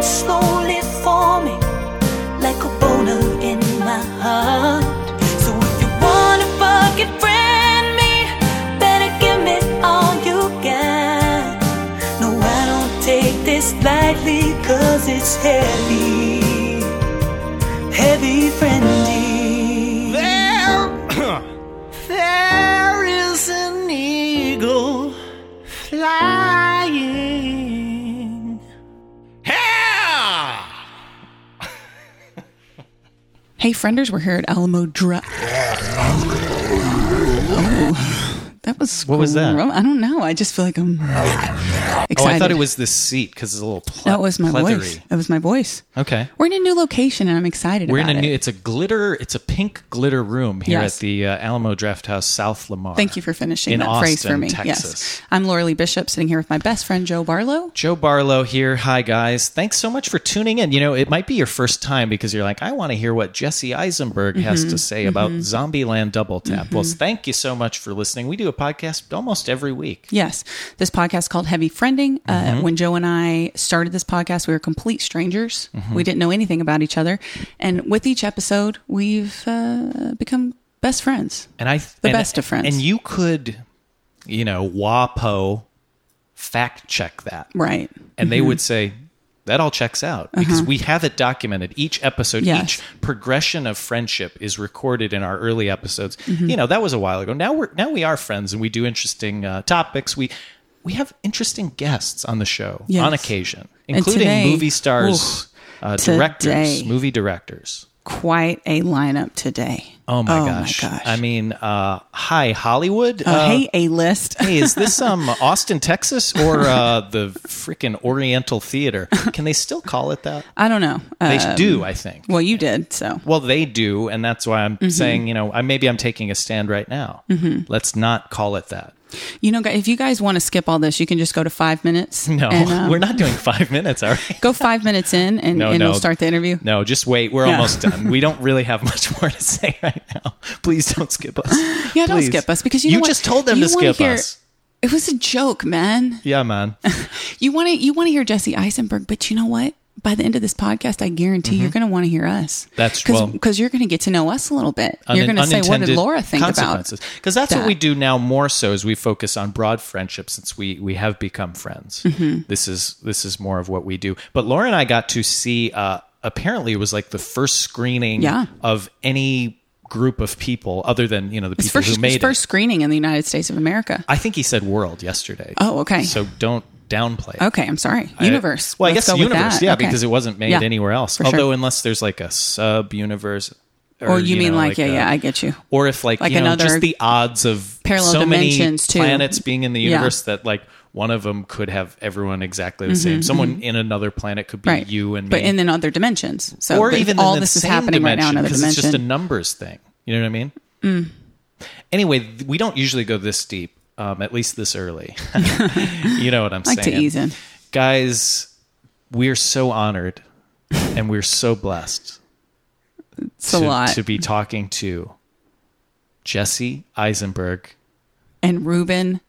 slowly forming like a boner in my heart. So if you wanna fucking friend me, better give me all you got. No, I don't take this lightly, cause it's heavy, heavy friendly. There, there is an eagle flying. Yeah! Hey, frienders, we're here at Alamo Drive. Oh, that was What was that? gro- I don't know. I just feel like I'm excited. Oh, I thought it was this seat because it's a little. Ple- that was my pleathery. voice. That was my voice. Okay. We're in a new location, and I'm excited. We're in about a new. it. It's a glitter. It's a pink glitter room here Yes. at the uh, Alamo Draft House, South Lamar. Thank you for finishing in that phrase for Austin, me. Texas. Yes, I'm Laura Lee Bishop, sitting here with my best friend Joe Barlow. Joe Barlow here. Hi guys. Thanks so much for tuning in. You know, it might be your first time because you're like, I want to hear what Jesse Eisenberg has Mm-hmm. to say about Zombieland Double Tap. Well, thank you so much for listening. We do a podcast almost every week. Yes, this podcast called Heavy Friending. Uh, Mm-hmm. When Joe and I started this podcast, we were complete strangers. Mm-hmm. We didn't know anything about each other, and with each episode, we've uh, become best friends. And I The and- best of friends. And you could, you know, WAPO fact check that. Right. and they would say that all checks out because we have it documented each episode Uh-huh. Yes. each progression of friendship is recorded in our early episodes Mm-hmm. you know that was a while ago now we're now we are friends and we do interesting uh, topics we we have interesting guests on the show Yes. on occasion And including today- movie stars uh, directors today. movie directors quite a lineup today. oh my gosh i mean uh hi hollywood Uh, Uh, hey, A list. Hey, is this um Austin, Texas, or uh, the freaking Oriental Theater? Can they still call it that? I don't know. They Uh, do, I think. well, Mm-hmm. you did. So, Well, they do, and that's why I'm saying, you know, I, maybe I'm taking a stand right now. Mm-hmm. Let's not call it that. you know, gu- if you guys want to skip all this, you can just go to five minutes. No, and, um, we're not doing five minutes, all right? Go five minutes in and, No, and no. we'll start the interview. No, just wait. We're Yeah. almost done. We don't really have much more to say right now. Please don't skip us. Yeah, don't Please. skip us because you, know what? just told them You to wanna skip hear- us. It was a joke, man. Yeah, man. You want to you want to hear Jesse Eisenberg, but you know what? By the end of this podcast, I guarantee you're going to want to hear us. Mm-hmm. That's- because well- you're going to get to know us a little bit. you're going to say, "What did Laura think about?" Because that's that? what we do now more so is we focus on broad friendships since we we have become friends. Mm-hmm. This is this is more of what we do. But Laura and I got to see. Uh, apparently, it was like the first screening Yeah. of any group of people other than you know the It's people first, who made it's first it. screening in the United States of America. I think he said world yesterday. Oh, okay. So don't downplay. it. Okay, I'm sorry. Universe. I- well, I Let's go guess with universe, that. yeah, Okay. because it wasn't made Yeah, anywhere else. for sure. Although, unless there's like a sub universe, Or you, mean know, uh, like, yeah, a- yeah, I get you. or if like, Like you know another just the odds of parallel so dimensions, too. many planets being in the Yeah. universe that like one of them could have everyone exactly the same someone in another planet could be Mm-hmm, Right. you and me but in then other dimensions. So or but even all in the this is same happening right now in dimension, another 'cause it's just a dimension. Mm. numbers thing you know what i mean anyway th- we don't usually go this deep um, at least this early you know what i'm I like to saying ease in. guys we're so honored and we're so blessed It's a to, lot. to be talking to jesse eisenberg and Ruben,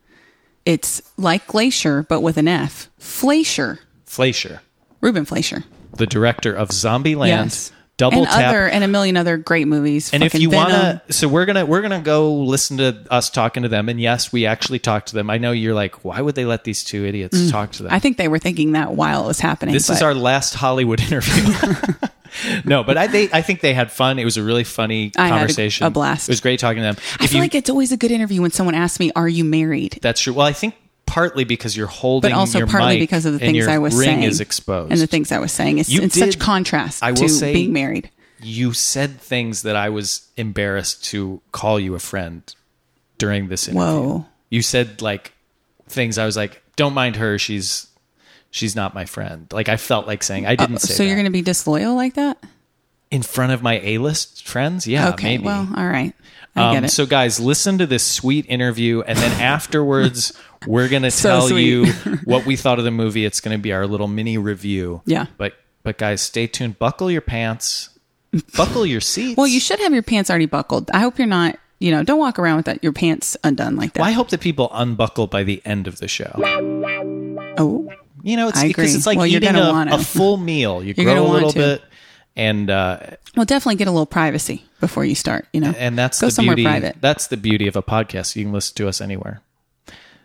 it's like Glacier, but with an F. Fleischer. fleischer Ruben Fleischer. the director of Zombieland, Yes. Double and Tap. other and a million other great movies. and if Fucking you Venom. wanna, so we're gonna we're gonna go listen to us talking to them. And yes, we actually talked to them. I know you're like, why would they let these two idiots talk to them? Mm. I think they were thinking that while it was happening. this is but our last Hollywood interview. no, but I they, I think they had fun. It was a really funny I had a- conversation. a blast. It was great talking to them. I feel like it's always a good interview when someone asks me, "Are you married?" that's true. Well, I think partly because you're holding, But also your partly mic because of the and things your I was ring saying, is exposed and the things I was saying. It's You in did- such contrast I will to say- being married. you said things that I was embarrassed to call you a friend during this interview. Whoa. You said like things I was like, don't mind her. She's she's not my friend. Like I felt like saying I didn't say Uh, So you're that. going to be disloyal like that? in front of my A list friends. Yeah, okay. Uh, maybe. Um, Well, all right. I get it. So guys, listen to this sweet interview, and then afterwards, we're gonna So tell sweet. you what we thought of the movie. It's gonna be our little mini review. Yeah. But but guys, stay tuned. Buckle your pants. Buckle your seats. well, you should have your pants already buckled. I hope you're not. You know, don't walk around with that your pants undone like that. Well, I hope that people unbuckle by the end of the show. Oh, You know, it's I because agree. it's like Well, you're eating gonna a, want a to. full meal. You You're grow gonna a want little to. bit, and uh, Well, definitely get a little privacy before you start. You know, and that's go the somewhere beauty. private. That's the beauty of a podcast. You can listen to us anywhere.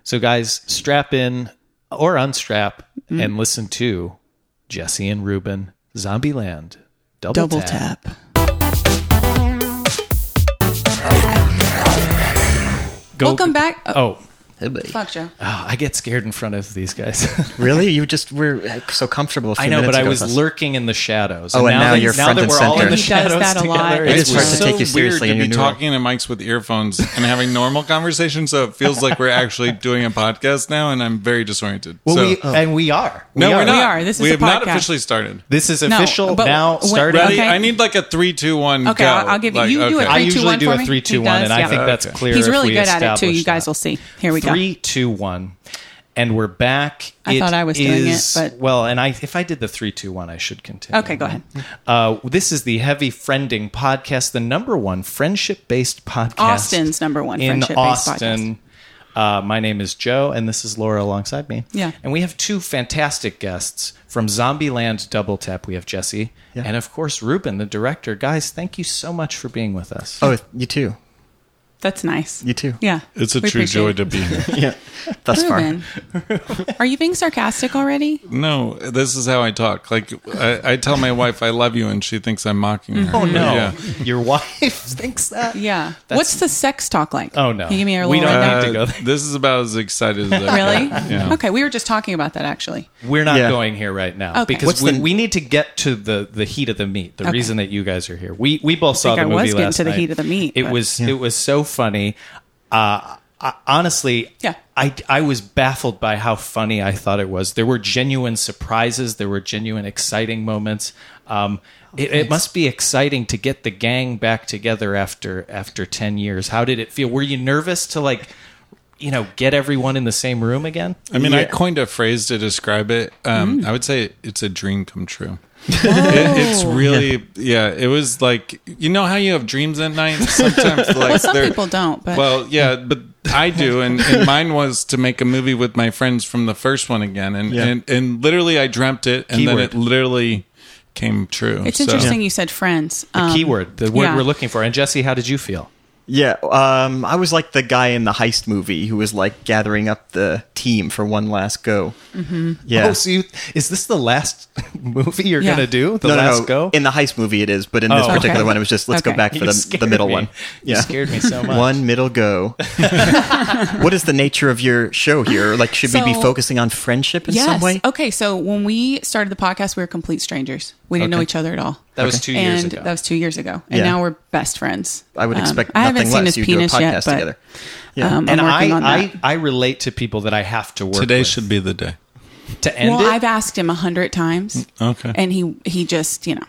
So, guys, strap in or unstrap Mm-hmm. and listen to Jesse and Ruben, Zombieland, Double, Double tap. tap. Go- Welcome back. Oh, Oh, Hey, buddy. fuck, Joe. oh, I get scared in front of these guys. Really? You just were uh, so comfortable. a few I know, but minutes I ago was with us. lurking in the shadows. Oh, and now that- you're front that and we're all center. in the He does shadows that a together, lot. It It it's is hard so to take you weird. seriously in weird your to be new role. talking to mics with earphones and having normal conversations, so it feels like we're actually doing a podcast now, and I'm very disoriented. Well, so, um, we, and we are. no, we we're are. not. We are. This is uh, we a have not podcast. officially started. This is No, official but now. when- Starting. Ready? Okay. I need like a three, two, one. Okay, go. I'll- I'll give you- Like, you do it. I Three, two, usually one do for a me? three, He two, one, does, and I yeah. think that's Okay. clear. He's if really we good at it too. establish You guys that. will see. Here we go. Three, two, one, and we're back. I It thought I was doing it, is- but- well, and I if I did the three, two, one, I should continue. Okay, go ahead. Uh, this is the Heavy Friending Podcast, the number one friendship based podcast. Austin's number one in friendship-based Austin. Uh, my name is Joe, and this is Laura alongside me. Yeah. And we have two fantastic guests from Zombieland Double Tap. We have Jesse, and of course, Ruben, the director. Guys, thank you so much for being with us. Oh, you too. That's nice. You too. Yeah. It's a We true appreciate joy it. to be here. Yeah. Thus far. Ruben, are you being sarcastic already? No, this is how I talk. Like I, I tell my wife I love you, and she thinks I'm mocking her. Oh no, Yeah. your wife thinks that. Yeah. What's the sex talk like? Oh, no. Can you give me a We little don't rundown? have Uh, to go there. this is about as excited as I Really? Get. Yeah. Okay, we were just talking about that actually. We're not Yeah. going here right now Okay. because What's we, the- we need to get to the, the heat of the meat. The Okay. reason that you guys are here, we we both saw think the I movie was getting last to the night. heat of the meat, It but- was it was so funny. Uh, I, honestly, Yeah. I I was baffled by how funny I thought it was. There were genuine surprises. There were genuine exciting moments. Um, Oh, it, it must be exciting to get the gang back together after after ten years. How did it feel? Were you nervous to like, you know, get everyone in the same room again? I mean, I coined a phrase to describe it. Um, I would say it's a dream come true. It, it's really, yeah. It was like you know how you have dreams at night sometimes. Like Some they're- people don't, but Well, yeah, but I do, and, and mine was to make a movie with my friends from the first one again, and Yeah. and, and literally I dreamt it, and then Keyword. it literally came true. it's So- interesting you said friends. Um, Keyword, the word yeah. we're looking for. And Jesse, how did you feel? Yeah. Um, I was like the guy in the heist movie who was like gathering up the team for one last go. Mm-hmm. Yeah. Oh, so you, is this the last movie you're Yeah. gonna do? The no, no, last no. go? In the heist movie, it is, but in this Oh. particular Okay. one, it was just let's Okay. go back for You the, scared the middle me. one. You scared me so much. One middle go. what is the nature of your show here? Like, should we be So- focusing on friendship in yes. some way? Okay, so when we started the podcast, we were complete strangers. We didn't know each other at all. That was two years and ago. that was two years ago, and Yeah. now we're best friends. I would Um, expect I nothing haven't seen less. his you do a penis podcast yet, but together. Yeah. um, and I'm working I, on that. I, I relate to people that I have to work Today with. should be the day. to end well, it. I've asked him a hundred times. Okay. And he he just, you know.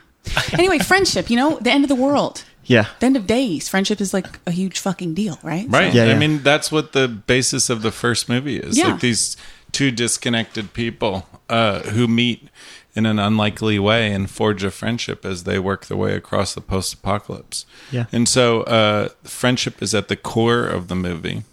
Anyway, friendship, you know, the end of the world. Yeah. The end of days. Friendship is like a huge fucking deal, right? Right. Yeah, I yeah. mean, that's what the basis of the first movie is. Yeah. Like these two disconnected people uh, who meet in an unlikely way and forge a friendship as they work their way across the post apocalypse. Yeah. And so uh, friendship is at the core of the movie.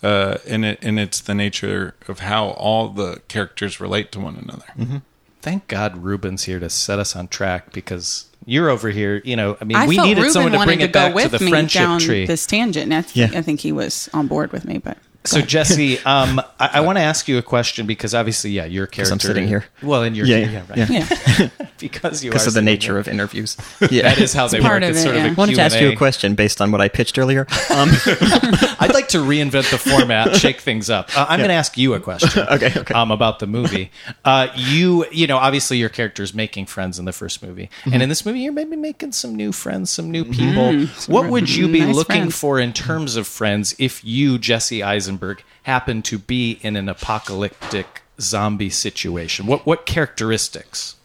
Uh, and it and it's the nature of how all the characters relate to one another. Mm-hmm. Thank God Ruben's here to set us on track because you're over here. You know, I mean, I we felt needed Ruben someone to wanted bring to it go back to with the me friendship down tree. this tangent, and I, th- Yeah. I think he was on board with me. But So Jesse, um, I, I want to ask you a question because obviously, yeah, your character. I'm sitting here. Well, and your Yeah, yeah, yeah, right. yeah. yeah, because you are Because of the sitting nature here. of interviews. Yeah. That is how they part work. of It's it, sort of yeah. a I wanted to ask you Q&A. a question based on what I pitched earlier. Um, I'd like to reinvent the format, shake things up. Uh, I'm going to ask you a question, Okay, okay. um, about the movie. Uh, you, you know, obviously your character is making friends in the first movie, Mm-hmm. and in this movie, you're maybe making some new friends, some new people. What would you be nice looking friends. for in terms of friends if you, Jesse Eisenberg, happen to be in an apocalyptic zombie situation? What what characteristics?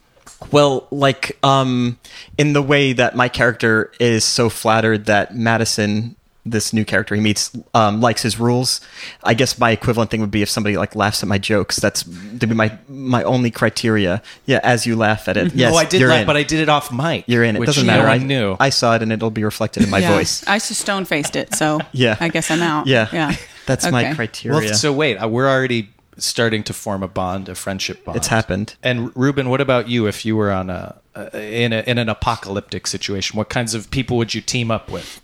Well, like um, in the way that my character is so flattered that Madison, this new character he meets, um, likes his rules. I guess my equivalent thing would be if somebody like laughs at my jokes. That's that'd be my my only criteria. Yeah, as you laugh at it. Yes, oh, I did you're laugh, in. but I did it off mic. You're in. It which doesn't no matter. one I knew. I saw it, and it'll be reflected in my yeah. voice. I just stone faced it. So Yeah. I guess I'm out. Yeah. yeah. That's my Okay. criteria. well, so wait, uh, we're already starting to form a bond, a friendship bond. It's happened. And Ruben, what about you? If you were on a, a in a in an apocalyptic situation, what kinds of people would you team up with?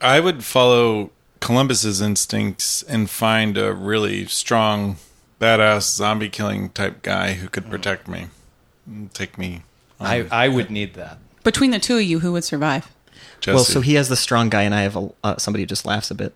I would follow Columbus's instincts and find a really strong, badass zombie killing type guy who Mm. could protect me, and take me. On I Um, I would need that. Between the two of you, who would survive? Jesse. Well, so he has the strong guy, and I have a, uh, somebody who just laughs a bit.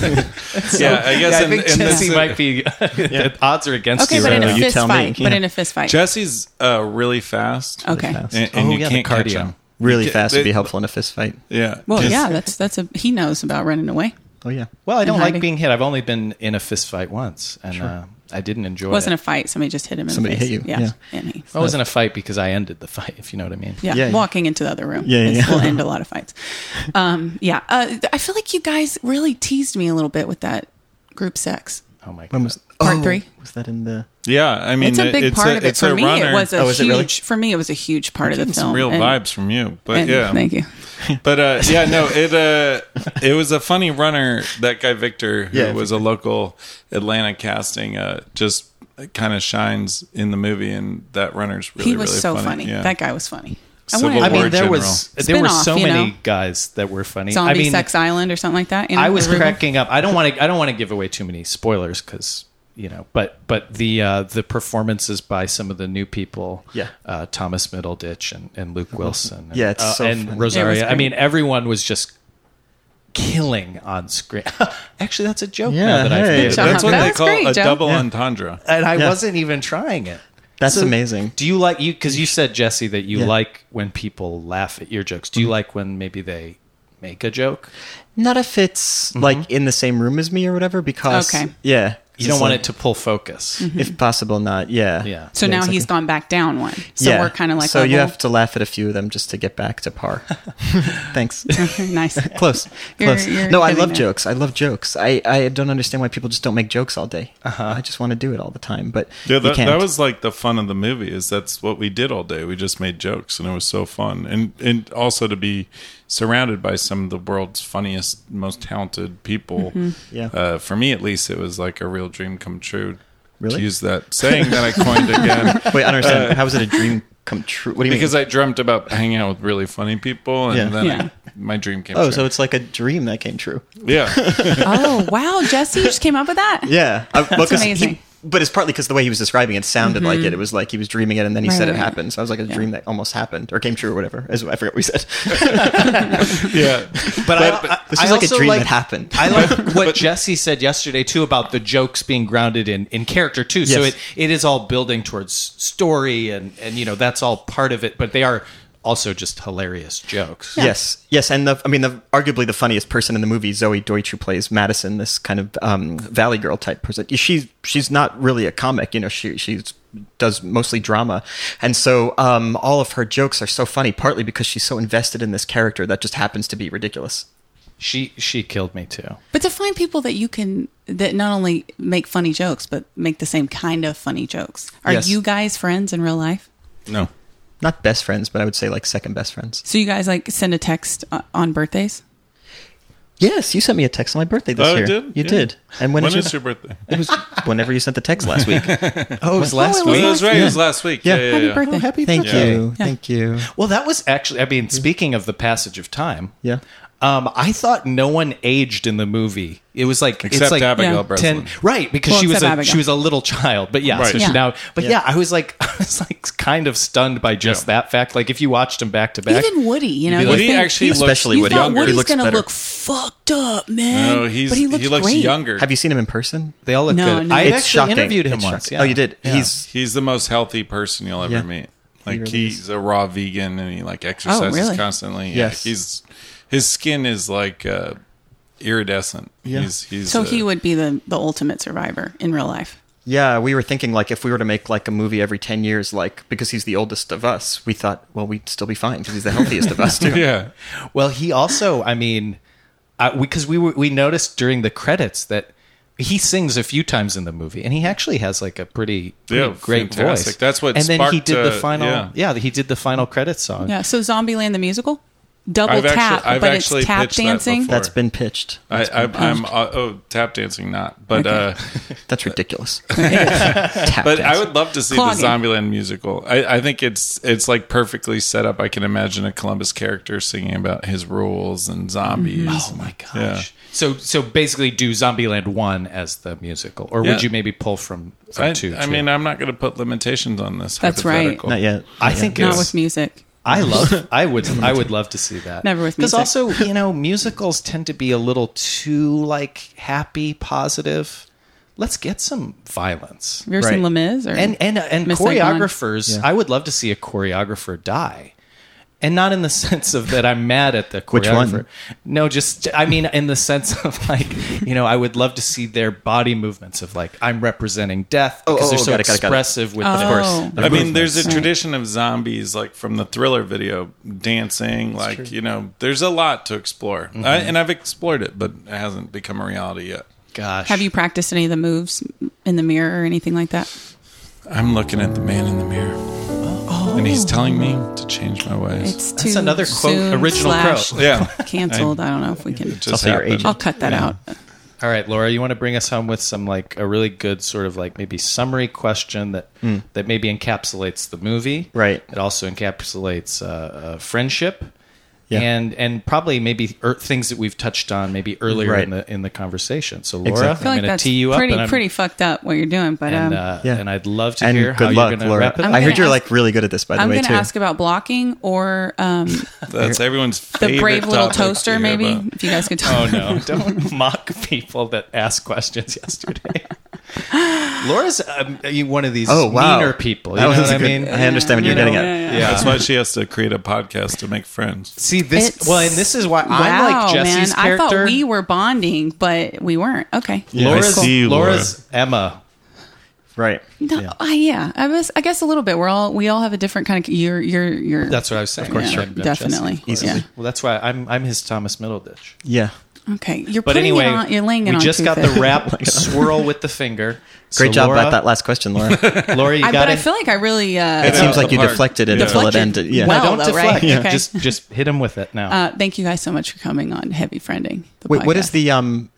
yeah, I guess I in, think in this- Jesse might be. The odds are against Okay, you but right in a now. you fist tell me. fight. But Yeah. in a fist fight. Jesse's uh, really fast. okay. fast. And, and Oh, you yeah, the can't catch cardio. him. Really You can't- fast would be they- helpful in a fist fight. Yeah. Well, Just- yeah, that's that's a he knows about running away. Oh yeah. Well, I don't like hiding. being hit. I've only been in a fist fight once, and uh, I didn't enjoy It wasn't a it. fight. Somebody just hit him. In Oh, Somebody the face. hit you, Yeah. yeah. And he, I wasn't a fight because I ended the fight. If you know what I mean. yeah, Yeah, yeah. walking into the other room. Yeah, yeah, It's- yeah. will end a lot of fights. Um, yeah, uh, th- I feel like you guys really teased me a little bit with that group sex. Oh my god. When was Part oh, three. Was that in the? Yeah. I mean, It's a big part of it it's for a me. runner. It was a Oh, is it huge really? for me. It was a huge part of the film. some real and- vibes from you, but and- yeah. thank you. But uh, yeah, no, it uh, it was a funny runner. That guy Victor, who Yeah, was a local Atlanta casting, uh, just kind of shines in the movie, and that runner's really he was really so funny. funny. Yeah. That guy was funny. Civil wanted- I mean, War there was general. there were Spinoff, so you many know? guys that were funny. Zombie I mean, Sex Island or something like that. you I know, was Ruben? cracking up. I don't want to. I don't want to give away too many spoilers because you know. But but the uh, the performances by some of the new people, Yeah. Mm-hmm. uh, Thomas Middleditch and, and Luke Wilson, and, Yeah, it's uh, so and funny. It was Rosaria. I great. mean, everyone was just killing on screen. Actually, that's a joke Yeah, now that hey. I've Good made. job. it. That's what That they was call great, a Joe. double entendre. And I Yeah. wasn't even trying it. That's amazing. Do you like you because you said Jesse that you Yeah. Mm-hmm. like when people laugh at your jokes? Do you like when maybe they make a joke? Not if it's like in the same room as me or whatever, because Okay. yeah, You don't want it to pull focus. Mm-hmm. to, if possible, not yeah. Yeah. So now exactly. he's gone back down one. So Yeah. we're kind of like so you level. have to laugh at a few of them just to get back to par. Thanks. nice. Close, You're- close. you're no, I getting love there. jokes. I love jokes. I, I don't understand why people just don't make jokes all day. I just want to do it all the time, but Yeah, you that, can't. that was like the fun of the movie is that's what we did all day. We just made jokes and it was so fun. And and also to be surrounded by some of the world's funniest, most talented people. Yeah. Uh, for me at least it was like a real dream come true. Really? To use that saying that I coined again. Wait, I don't understand. How is it a dream come true? What do you mean? Because I dreamt about hanging out with really funny people and Yeah. then Yeah. I- my dream came Oh, true. so it's like a dream that came true. yeah. Oh wow, Jesse, you just came up with that. Yeah, I, well, 'cause he- amazing. Mm-hmm. but it's partly because the way he was describing it sounded like it. It was like he was dreaming it, and then he Right, said it right, right. happened. So I was like, a dream that almost happened or came true or whatever. As I forget what we said. Yeah. But, I- I, This I is like a also dream that happened. I like what Jesse said yesterday too about the jokes being grounded in, in character too. So Yes. it, it is all building towards story and, and you know that's all part of it. But they are also just hilarious jokes. Yes, yes, and the, I mean, the, arguably the funniest person in the movie, Zoe Deutsch, who plays Madison, this kind of um, Valley Girl type person. She's she's not really a comic, you know. She she's does mostly drama, and so um, all of her jokes are so funny. Partly because she's so invested in this character that just happens to be ridiculous. She she killed me too. But to find people that you can that not only make funny jokes but make the same kind of funny jokes. Are Yes. you guys friends in real life? No. Not best friends, but I would say like second best friends. So you guys like send a text uh, on birthdays? Yes, you sent me a text on my birthday this Oh, I year. did? You Yeah. did. And when, When did is you- your birthday? It was whenever you sent the text last week. Oh, it was last it was last Oh, week. week? that's right. It was last week. Yeah. Yeah, yeah, Happy yeah. birthday. happy Thank birthday. you. Yeah. Thank you. Well, that was actually. I mean, speaking of the passage of time. Yeah. Um, I thought no one aged in the movie. It was like Except it's like Abigail Yeah. Breslin. right? Because Well, she was a except Abigail. she was a little child, but yeah, Right. so she Yeah. now. But yeah. Yeah. I was like, I was like, kind of stunned by just Yeah. that fact. Like, if you watched them back to back, Even Woody, you know, You'd be you like- Woody think- actually you looks especially Woody. thought younger. Woody's He looks gonna better. look fucked up, man. No, he's but he looks, great. younger. Have you seen him in person? they all look No, good. no. I it's actually shocking. interviewed him It's once. shocking. yeah. Oh, you did. Yeah. He's He's the most healthy person you'll ever Yeah. meet. He Like really Oh, he's a raw vegan and he like exercises really? constantly. Yeah, Yes. he's his skin is like uh, iridescent. Yeah. He's, he's So uh, he would be the the ultimate survivor in real life. yeah. We were thinking like if we were to make like a movie every ten years, like because he's the oldest of us, we thought well we'd still be fine because he's the healthiest of us too. Yeah, Well, he also, I mean, because we, were we noticed during the credits that he sings a few times in the movie, and he actually has like a pretty, pretty Yeah, great fantastic. voice. That's what And then he sparked, did the uh, final. yeah. Yeah. he did the final credit song. Yeah. So Zombieland the musical. double I've tap, actually- I've but actually it's tap pitched that dancing. before. That's been pitched. I, I, I'm uh, oh tap dancing not, but uh, That's ridiculous. Tap but dance. I would love to see Clogging. the Zombieland musical. I, I think it's it's like perfectly set up. I can imagine a Columbus character singing about his rules and zombies. Oh my gosh. So so basically do Zombieland 1 as the musical or Yeah. would you maybe pull from, from Oh, I, 2? I mean, I'm not going to put limitations on this. That's right. hypothetical. Not yet. I think Not it's- with music. I love. I would. I would love to see that. Never with because music. also you know musicals tend to be a little too like happy, positive. Let's get some violence. Have you ever seen Right. Lemiz? Or And and and Miss Saigon? choreographers. I would love to see a choreographer die. And not in the sense of that I'm mad at the choreographer. Which one? No, just I mean in the sense of like you know I would love to see their body movements of like I'm representing death Oh, because oh, they're oh, so got it, got it, got it. expressive with Of their- course. Oh. I mean, there's a Right. tradition of zombies, like from the thriller video, dancing. like you know, there's a lot to explore, Mm-hmm. I, and I've explored it, but it hasn't become a reality yet. Gosh, Have you practiced any of the moves in the mirror or anything like that? I'm looking at the man in the mirror, and he's telling me to change my ways. Oh. It's too That's another quote. soon Original slash quote. yeah, Canceled. I, don't know if we can. It just Also your happened. agent. I'll cut that out. All right, Laura, you want to bring us home with some like a really good sort of like maybe summary question that that maybe encapsulates the movie. Hmm. Right. It also encapsulates uh, uh, friendship. Yeah. And and probably maybe er, things that we've touched on maybe earlier Right. in the in the conversation. So Laura, Exactly. I I feel I'm like going that's to tee you up. pretty and I'm- pretty fucked up what you're doing, but and, um, uh, Yeah. and I'd love to and hear how good you're luck, going to Laura. wrap it I'm up. I heard gonna you're ask- like really good at this, by the I'm way, going to too. ask about blocking or um, That's everyone's favorite the brave little topic to toaster, hear maybe about. if you guys could. Oh Talk. no! Don't mock people that asked questions yesterday. Laura's um, you- one of these oh wow, meaner people. You That know was what a I good- mean? I understand what Yeah, you're getting yeah, at. yeah, Yeah. That's why she has to create a podcast to make friends. See this It's- well, and this is why I'm wow, like Jesse's man! I character. thought we were bonding, but we weren't. Okay. Yeah, I Laura's, see you, Laura. Laura's Emma. Right. No, yeah. yeah, I was. I guess a little bit. We're all. We all have a different kind of. You're. You're. You're. That's what I was saying. Of course, Yeah, sure. definitely. Yeah. Well, that's why I'm I'm his Thomas Middleditch. Yeah. okay. You're But putting anyway, it on. You're laying it we on just too got thick. the wrap swirl with the finger. Great So job Laura, about that last question, Laura. it Laura. You I, got but it. I feel like I really. Uh, It's- seems like you Apart. deflected it Yeah. until it Deflected. ended. Yeah. no, Well, don't though, deflect. right? Yeah. Okay. Just just hit him with it now. uh, thank you guys so much for coming on Heavy Friending. the Wait, what podcast. is the um?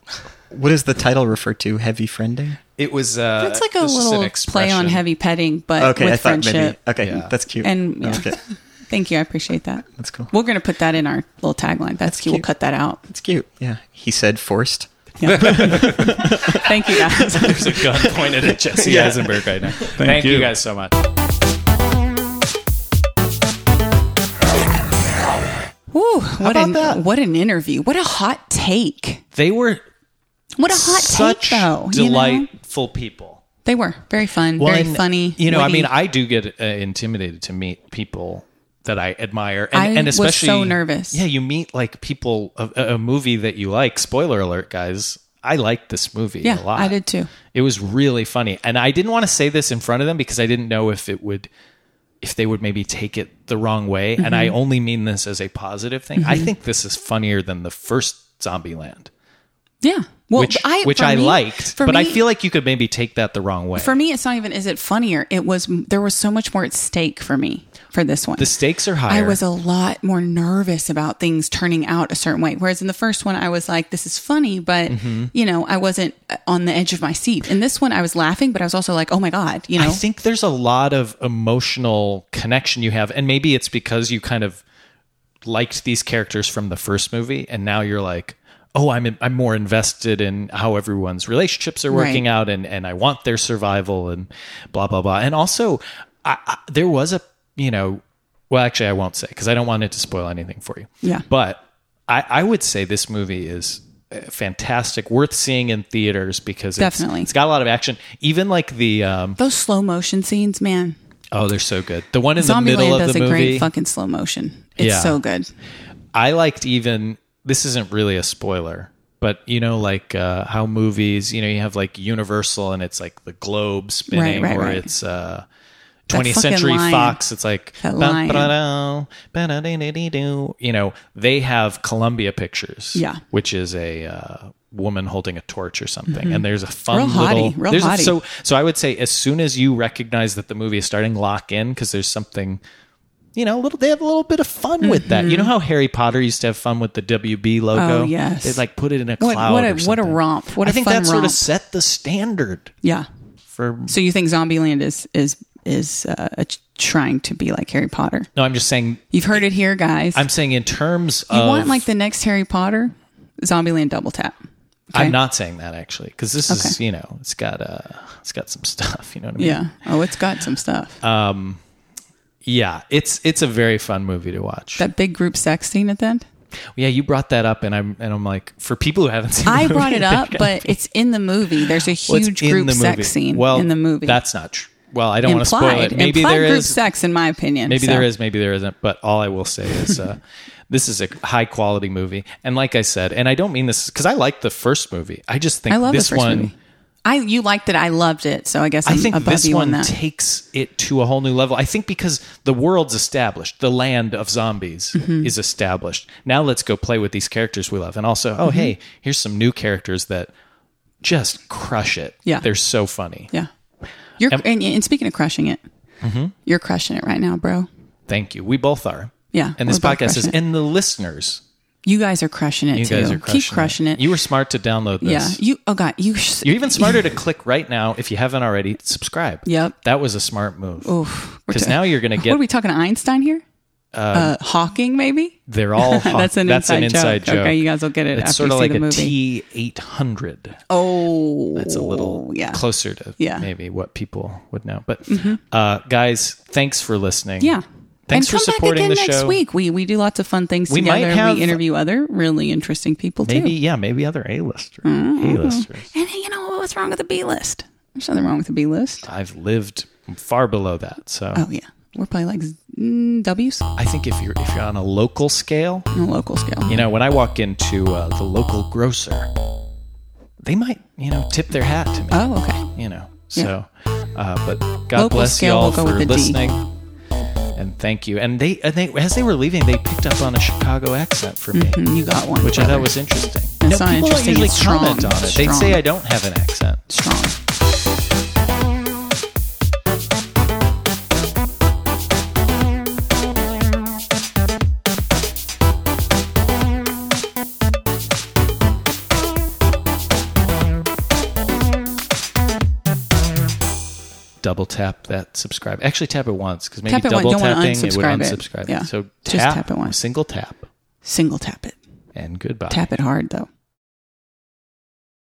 What is the title refer to? Heavy friending. it was uh, That's like a it's just an little play on expression. heavy petting, but Okay, with I thought friendship. maybe. Okay, Yeah. that's cute. And that's yeah. good. Thank you. I appreciate that. That's cool. We're going to put that in our little tagline. That's cute. We'll cute. cut that out. That's cute. Yeah. He said forced. Yeah. Thank you guys. There's a gun pointed at Jesse Eisenberg right now. Thank, you you. guys so much. Woo, what about an that? what an interview. What a hot take. They were What a hot such take though. you know? delightful people. They were very fun, Well, very and, funny. You know, I witty. mean, I do get uh, intimidated to meet people that I admire, and, I and was especially so nervous. Yeah, you meet like people of a, a movie that you like. Spoiler alert, guys! I liked this movie Yeah, a lot. I did too. It was really funny, and I didn't want to say this in front of them because I didn't know if it would. If they would maybe take it the wrong way, and I Mm-hmm. only mean this as a positive thing, I think this is funnier than the first Zombieland, yeah. Well, which I which for I me- liked, for but I me- feel like you could maybe take that the wrong way. for me it's not even is it funnier. It was there was so much more at stake for me for this one. the stakes are I higher. was a lot more nervous about things turning out a certain way. Whereas in the first one, I was like, this is funny, but, Mm-hmm. you know, I wasn't uh, on the edge of my seat. In this one, I was laughing, but I was also like, oh my God, you know? I think there's a lot of emotional connection you have, and maybe it's because you kind of liked these characters from the first movie, and now you're like, oh, I'm I'm more invested in how everyone's relationships are working Right. out, and and I want their survival, and blah blah blah. And also, I, I, there was a you know, well, actually, I won't say because I don't want it to spoil anything for you. Yeah. but I, I would say this movie is. uh, Fantastic, worth seeing in theaters because it's- Definitely. it's got a lot of action. Even like the um, Those slow motion scenes, man. Oh, they're so good. The one in the middle Zombieland of does the a movie, great fucking slow motion. It's Yeah. so good. I liked even. This isn't really a spoiler, but you know, like uh, how movies, you know, you have like Universal, and it's like the globe spinning, right, or right. it's uh, That 20th fucking Century lion. Fox. It's like, That lion. "Ba-ba-da, ba-da-dee-dee-dee-doo." you know, they have Columbia Pictures, Yeah. which is a uh, woman holding a torch or something, and there's a fun Mm-hmm. Real hottie, little. real there's a- hottie. so, so I would say as soon as you recognize that the movie is starting, lock in because there's something you know, a little they have a little bit of fun with that. You know how Harry Potter used to have fun with the WB logo? Oh, yes. They like put it in a What- cloud. what a- or what a something. romp. What a I think fun that sort of romp. set the standard Yeah. for So you think Zombieland is is is uh, a- trying to be like Harry Potter? No, I'm just saying You've heard it here, guys. I'm saying in terms you of want like the next Harry Potter? Zombieland double tap. okay. I'm not saying that actually cuz this is, you know, it's got uh it's got some stuff, you know what I mean? Yeah. Oh, it's got some stuff. Uh, Yeah, it's it's a very fun movie to watch. that big group sex scene at the end. yeah, you brought that up and I'm and I'm like for people who haven't seen the I movie, brought it they're up, gonna but it's in the movie. There's a Well, it's huge in group the sex movie. scene well, in the movie. That's not true. Well, I don't want to implied. spoil it. Maybe implied there group is. sex, in my opinion. Maybe so. there is. Maybe there isn't. But all I will say is, uh, this is a high quality movie. And like I said, and I don't mean this because I like the first movie. I just think I love this the first one. movie. I you liked it. I loved it. So I guess I'm I think above this you on one that. takes it to a whole new level. I think because the world's established, the land of zombies Mm-hmm. is established. Now let's go play with these characters we love. And also, oh, Mm-hmm. hey, here's some new characters that just crush it. Yeah. They're so funny. yeah. You're Am- Mm-hmm. and, and speaking of crushing it, you're crushing it right now, bro. Thank you. We both are. Yeah, And this we're both podcast is, crushing it. and the listeners, You guys are crushing it you too. guys are crushing Keep crushing it. You were smart to download yeah. this. You oh god. You sh- You're even smarter to click right now if you haven't already. Subscribe. Yep. That was a smart move. Oof. We're 'Cause t- now you're gonna What get- are we talking to Einstein here? uh, Hawking maybe. They're all That's an that's an inside inside joke. joke. Okay, you guys will get it It's after sort you of see like the a movie. T eight hundred. Oh, It's a little yeah. closer to Yeah. Mm-hmm. maybe what people would know. But uh, guys, thanks for listening. Yeah. Thanks and for come supporting back the again next show. week. We we do lots of fun things We might together. have- we interview other really interesting people Maybe too. yeah, maybe other A listers. A listers. Mm-hmm. And hey, you know what's wrong with the B list? There's nothing wrong with the B list. I've lived far below that. So Oh yeah, we're probably like mm, W's on I think if you're if you're on a local scale, a local scale. you know, when I walk into uh, the local grocer, they might you know tip their hat to me. Oh okay. you know. Yeah. So, uh, but God Local bless you scale all will go for with a D. listening, and thank you. And they, and they, as they were leaving, they picked up on a Chicago accent for me, Mm-hmm, You got one. which I thought was interesting. No, not people interesting, don't usually it's strong. comment on it. It's They strong. say I don't have an accent. strong. Double tap that subscribe. Actually, tap it once because maybe Tap it once. double Don't wanna tapping it would unsubscribe it. unsubscribe. Yeah. So Just tap, tap it once. Single tap Single tap it. and goodbye. Tap it hard though.